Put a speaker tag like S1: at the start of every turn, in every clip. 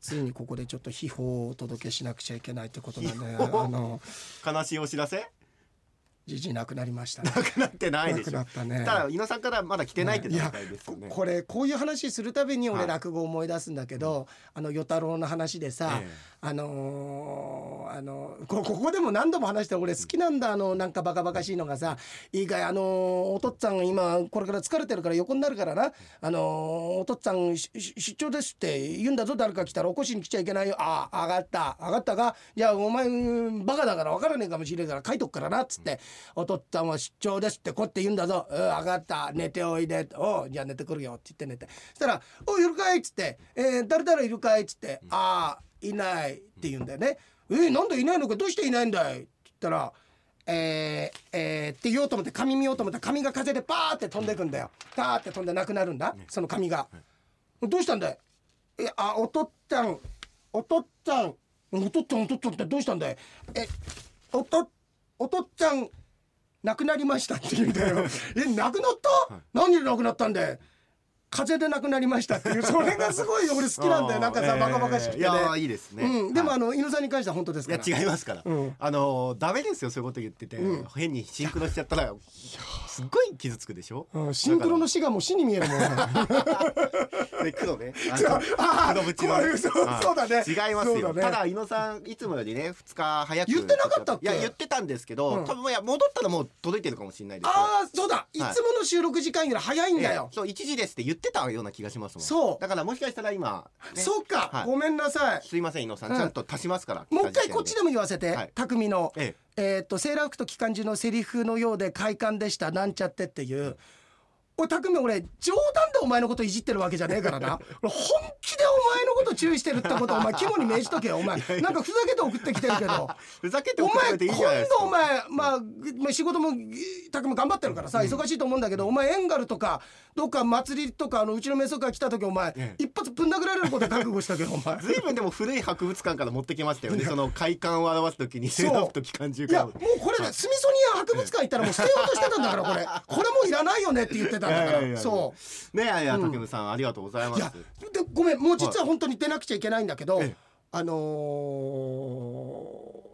S1: ついにここでちょっと秘宝をお届けしなくちゃいけないってことなんで、
S2: 秘
S1: あ
S2: 宝
S1: の
S2: 悲しいお知らせ
S1: じじ亡くなりました、ね
S2: な。くなってないでし
S1: 亡くな
S2: ょ
S1: ったね。
S2: ただ伊野さんからまだ来てないって
S1: ねい
S2: 段
S1: や
S2: 階ですよね
S1: これこういう話するたびに
S2: は
S1: 俺
S2: い
S1: 落語思い出すんだけど、あの与太郎の話でさ、
S2: ええ
S1: あのーあのこここでも何度も話して俺好きなんだあのなんかバカバカしいのがさ「いいかいあのーお父っつぁん今これから疲れてるから横になるからな、あのーお父っつぁんしし出張ですって言うんだぞ誰か来たら起こしに来ちゃいけないよああ上がった上がったかじゃあお前うんバカだから分からねえかもしれないから書いとくからな」っつって「お父っつぁんは出張です」ってこうって言うんだぞ「うん上がった寝ておいで」おうじゃあ寝てくるよ」って言って寝てそしたら「おいるかい」っつって「えー誰々いるかい」っつって「ああいないって言うんだよね。えーなんでいないのかどうしていないんだいって言ったら、えー、えーって言おうと思って紙見ようと思ったら紙が風でパーって飛んでくんだよ。パーって飛んでなくなるんだ、その紙が。どうしたんだいえ、あ、おとっちゃん、おとっちゃん、おとっちゃん、おとっちゃんってどうしたんだいえ、おと、おとっちゃん、亡くなりましたって言うんだよ。え、亡くなった、何で亡くなったんだい風邪で亡くなりましたっていう、それがすご い俺好きなんだよ。なんかさ、
S2: あー
S1: バカバカしくて、ね。
S2: えーいやーいいですね
S1: うん、でも
S2: はい
S1: あの、犬さんに関しては本当です
S2: い
S1: か
S2: や
S1: ら。
S2: 違いますから、
S1: うん
S2: あのーダメですよそういうこと言ってて、変にシンクロしちゃったらすっごい傷つくでしょ、
S1: うんシンクロの死がもう死に見えるもん。
S2: で黒 ねあ
S1: 違うあー
S2: 黒縁のね
S1: こういうそう
S2: はい
S1: そうだね
S2: 違います
S1: そ
S2: よ
S1: うだね
S2: ただ伊野さんいつもよりね2日早く
S1: 言ってなかったっけ
S2: いや言ってたんですけど、
S1: うん
S2: 多分いや戻ったらもう届いてるかもしれないですよ
S1: ああ、そうだ、いつもの収録時間より早いんだよ
S2: ええ。そう1時ですって言ってたような気がしますもん
S1: そう
S2: だからもしかしたら今、ね、
S1: そっか、
S2: はい
S1: ごめんなさい。
S2: すいません伊野さん、
S1: うん
S2: ちゃんと足しますから
S1: もう一回こっちでも言わせて、
S2: はい
S1: 匠の、
S2: え
S1: えーっとセーラー服と機関銃のセリフのようで快感でしたなんちゃってっていう。おい匠俺冗談でお前のこといじってるわけじゃねえから な俺本気でお前のこと注意してるってことお前肝に銘じとけよ お前なんかふざけて送ってきてるけど
S2: ふざけて
S1: お
S2: 送っ
S1: 前
S2: てくれていいじゃない
S1: 今
S2: ですか
S1: 度お前まあぐまあ仕事もぎたくも頑張ってるからさ忙しいと思うんだけどお前エンガルとかどっか祭りとかあのうちのメソが来た時お前
S2: ええ
S1: 一発ぶん殴られることは覚悟したけどお前
S2: ずいぶんでも古い博物館から持ってきましたよねその快感を表すときに
S1: そう
S2: セーラー服と機関銃
S1: いや
S2: から
S1: もうこれスミソニアン博物館行ったらもう捨てようとしてたんだからこれこれもういらないよねって言ってたんだ
S2: いやい
S1: か
S2: やいや
S1: らそう
S2: ねえいや竹部さん、ありがとうございま
S1: うい
S2: す
S1: やでごめんもう実は本当に出なくちゃいけないんだけど
S2: ええ
S1: あのー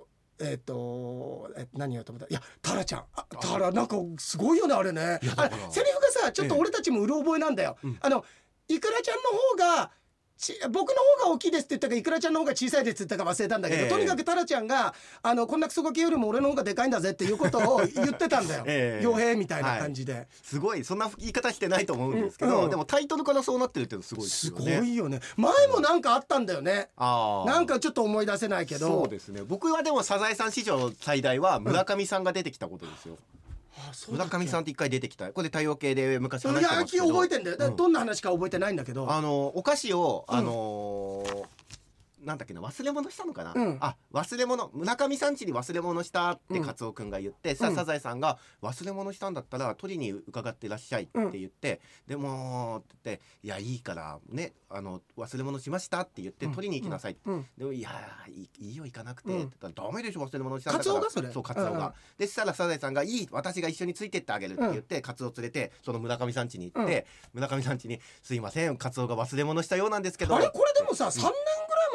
S1: えっとえ何をと思ったいやタラちゃんあタラなんかすごいよねあれね
S2: やだ
S1: あ
S2: から
S1: セリフがさちょっと
S2: ええ
S1: 俺たちもうる覚えなんだよ
S2: ん
S1: あのイクラちゃんの方がち僕の方が大きいですって言ったかイクラちゃんの方が小さいですって言ったか忘れたんだけど、
S2: ええ、
S1: とにかくタラちゃんがあのこんなクソガキよりも俺の方がでかいんだぜっていうことを言ってたんだよ
S2: ええ
S1: 傭兵みたいな感じで、
S2: すごいそんな言い方してないと思うんですけど、
S1: うんうん
S2: でもタイトルからそうなってるっていうのすごいです
S1: す
S2: よ
S1: ご
S2: ね
S1: いよね前もなんかあったんだよね
S2: ああ
S1: なんかちょっと思い出せないけど
S2: そうですね僕はでもサザエさん史上最大は村上さんが出てきたことですよ、
S1: あそうだ
S2: 村
S1: っけ
S2: 上さんって一回出てきたここで太陽系で昔
S1: それ
S2: 話してま
S1: 野
S2: すけ
S1: 球
S2: ど
S1: 覚えてんだよ、だから
S2: うん
S1: どんな話か覚えてないんだけど
S2: あのお菓子を
S1: うん
S2: あのーなんだっけな忘れ物したのかな、
S1: うん
S2: あ忘れ物村上さん家に忘れ物したっ
S1: う
S2: て
S1: ん
S2: カツオくんが言って、さ
S1: うん
S2: サザエさんが「忘れ物したんだったら取りに伺ってらっしゃい」って言って「でも」って言って「いやいいからねあの忘れ物しました」って言って
S1: うん
S2: 取りに行きなさいって、
S1: うん
S2: でもいやーいいいいよ行かなくて」っ
S1: うん
S2: て言ったら「ダメでしょ忘れ物したんだ
S1: カ
S2: から」
S1: ツオがそれ
S2: うカツオが、
S1: うんうん
S2: でそしたらサザエさんが「いい私が一緒についてってあげる」って言って、カツオ連れてその村上さん家に行って、村上さん家に「すいませんカツオが忘れ物したようなんですけど」
S1: あれこれでもさ3年ぐらい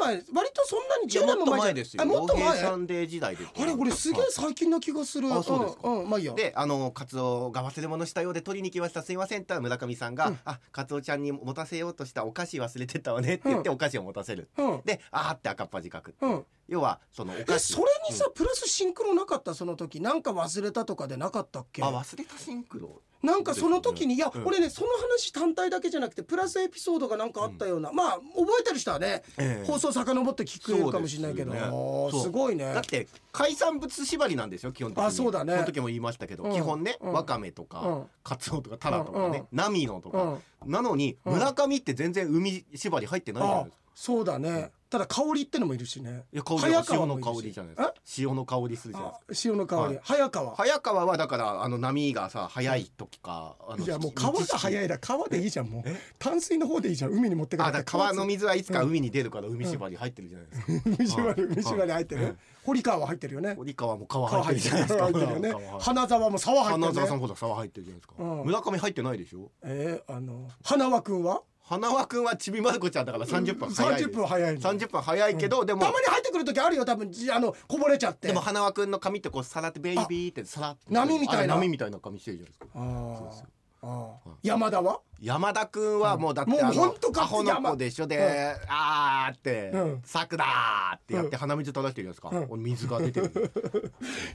S1: 前割とそんなに
S2: いや
S1: 10年
S2: もっ
S1: も
S2: と
S1: 前じゃん
S2: 前ですよ
S1: あもっと前
S2: 洋平サンデー時代です
S1: あれ俺すげえ
S2: はい
S1: 最近な気がする
S2: あそうですか
S1: んうんまあいいや
S2: であのカツオが忘れ物したようで取りに来ましたすいませんって言ったら村上さんが「あカツオちゃんに持たせようとしたお菓子忘れてたわね」って言ってお菓子を持たせる、
S1: うん
S2: で「あー」って赤っ端書くっていう、
S1: うん
S2: 要はそのお
S1: え
S2: 菓子
S1: それにさ、プラスシンクロなかったその時なんか忘れたとかでなかったっけ
S2: あ忘れたシンクロ
S1: なんかその時にいや、
S2: うん
S1: 俺ねその話単体だけじゃなくてプラスエピソードがなんかあったような、まあ覚えてる人はね、
S2: ええ
S1: 放送遡って聞くかもしれないけど
S2: そうですよね
S1: おー
S2: そう
S1: すごいね
S2: だって海産物縛りなんですよ基本的に
S1: あそうだね
S2: その時も言いましたけど、
S1: うん
S2: 基本ね、
S1: うん
S2: わかめとか、
S1: うん
S2: カツオとかタラとか
S1: うんう
S2: ね
S1: ん、
S2: ナミノとか、なのに
S1: うん
S2: 村上って全然海縛り入ってないじゃない
S1: あ
S2: ですか、
S1: そうだね、ただ香りってのもいるしね
S2: いや香り
S1: 早
S2: は
S1: 川
S2: 塩
S1: も
S2: の
S1: いる
S2: 香
S1: し
S2: りじゃないですか塩の香りするじゃない
S1: あ
S2: ですか
S1: 塩の香り、
S2: はい
S1: 早川
S2: 早川はだからあの波がさ早い時か、あの
S1: いやもう川が早いだ川でいいじゃんもう淡水の方でいいじゃん海に持ってか
S2: あ
S1: な
S2: だ
S1: く
S2: か
S1: て
S2: ら川の
S1: 水
S2: 水はいつか海に出るから海縛り入ってるじゃないです
S1: 水
S2: か、
S1: 割り水割り入って
S2: はい
S1: る堀川は入ってるよね
S2: 堀川も川入
S1: 川入っ
S2: ってるじ
S1: て
S2: ゃない
S1: る
S2: です
S1: 川入っ
S2: か
S1: てるよね
S2: 川入ってる
S1: 花沢も沢入って
S2: 花
S1: る
S2: 澤さん
S1: ね
S2: ほど沢入ってるじゃないですか、
S1: うん
S2: 村上入ってないでしょ
S1: えーあの花輪くんは
S2: 花輪くんはちびまる子ちゃんだから30分早いです
S1: 30分早いの
S2: 30分早いけど、でも
S1: たまに入ってくる時あるよ多分じあのこぼれちゃって
S2: でも花輪くんの髪ってこうさらってベイビーってさらって
S1: 波みたいな
S2: あれ波みたいな髪してるじゃないですか
S1: あー
S2: ですよ
S1: あー山田は
S2: 山田くんはもうだって
S1: もう
S2: あの
S1: ほんとか
S2: アホの子でしょで、あーって
S1: うん
S2: 「さくだ!」ってやって鼻水垂らしてるじゃないですか、水が出てる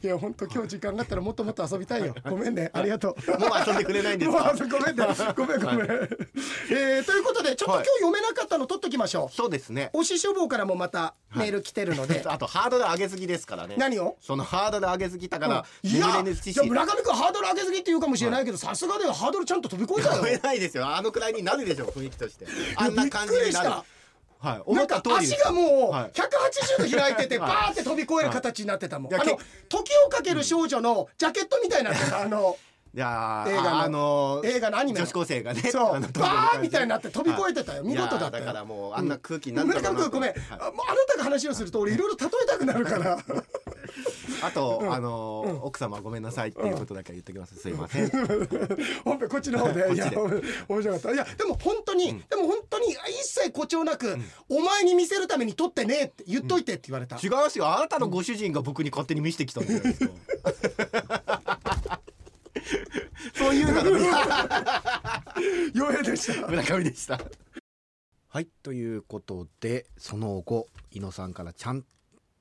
S1: いや本当今日時間があったらもっともっと遊びたいよごめんねありがとう
S2: もう遊んでくれないんで す
S1: もう
S2: か
S1: ごめんねご めんごめん、えーということでちょっと今日読めなかったの取っときましょう、
S2: そうですね
S1: おし書房からもまたメール来てるの で、
S2: あとハードル上げすぎですからね
S1: 何を
S2: そのハードル上げすぎたから、
S1: いや
S2: 眠れぬ知
S1: じゃあ
S2: 識
S1: 村上君ハードル上げすぎって言うかもしれないけどさすがだよハードルちゃんと飛び越えたよ
S2: 超えないですよあのくらいになるでしょ雰囲気としてあんな感じ
S1: びっくり
S2: に
S1: し
S2: なる
S1: た
S2: はい
S1: な
S2: 思っ
S1: んか
S2: た通りです
S1: 足がもう
S2: はい
S1: 180度開いてて
S2: は
S1: バ
S2: い
S1: ーって飛び越える形になってたもん、
S2: はい
S1: あ
S2: いや
S1: の
S2: け
S1: 時をかける少女のジャケットみたいになって たあの
S2: いやー
S1: 映画の
S2: あのー
S1: 映画のアニメの
S2: 女子高生がね
S1: そう
S2: あの
S1: バーみたいになって飛び越えてたよ見事だったよ
S2: いやーからもうあんな空気になった
S1: 村
S2: かな
S1: 上君ごめん、
S2: はい
S1: あもうあなたが話をすると俺いろいろ例えたくなるから
S2: あと、あのー奥様ごめんなさいっていうことだけは言ってきます、すいません
S1: 本編こっちの方でいや面白かったいやでも本当に、でも本当に一切誇張なく、お前に見せるために撮ってねえって言っといてって言われた、
S2: 違いますよあなたのご主人が僕に勝手に見せてきたんじゃな いですかそういうのが
S1: 余裕でした
S2: 村上でしたはいということでその後井野さんからちゃん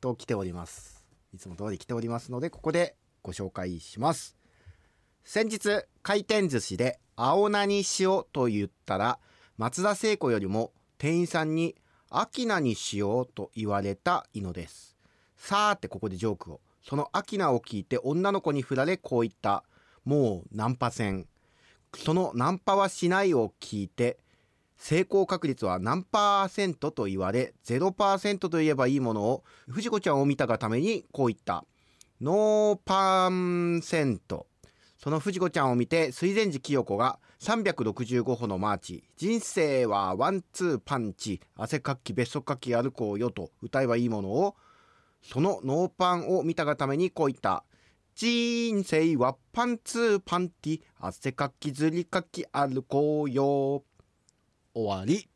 S2: と来ておりますいつも通り来ておりますのでここでご紹介します先日回転寿司で「青菜にしよう」と言ったら松田聖子よりも店員さんに「秋菜にしよう」と言われた井野ですさーてここでジョークをその秋菜を聞いて女の子に振られこう言ったもうナンパ戦そのナンパはしないを聞いて成功確率は何パーセントと言われ0%と言えばいいものを藤子ちゃんを見たがためにこう言ったノーパーセントその藤子ちゃんを見て水前寺清子が365歩のマーチ人生はワンツーパンチ汗かき別足かき歩こうよと歌えばいいものをそのノーパンを見たがためにこう言った人生はパンツーパンティ汗かきずりかき歩こうよ終わり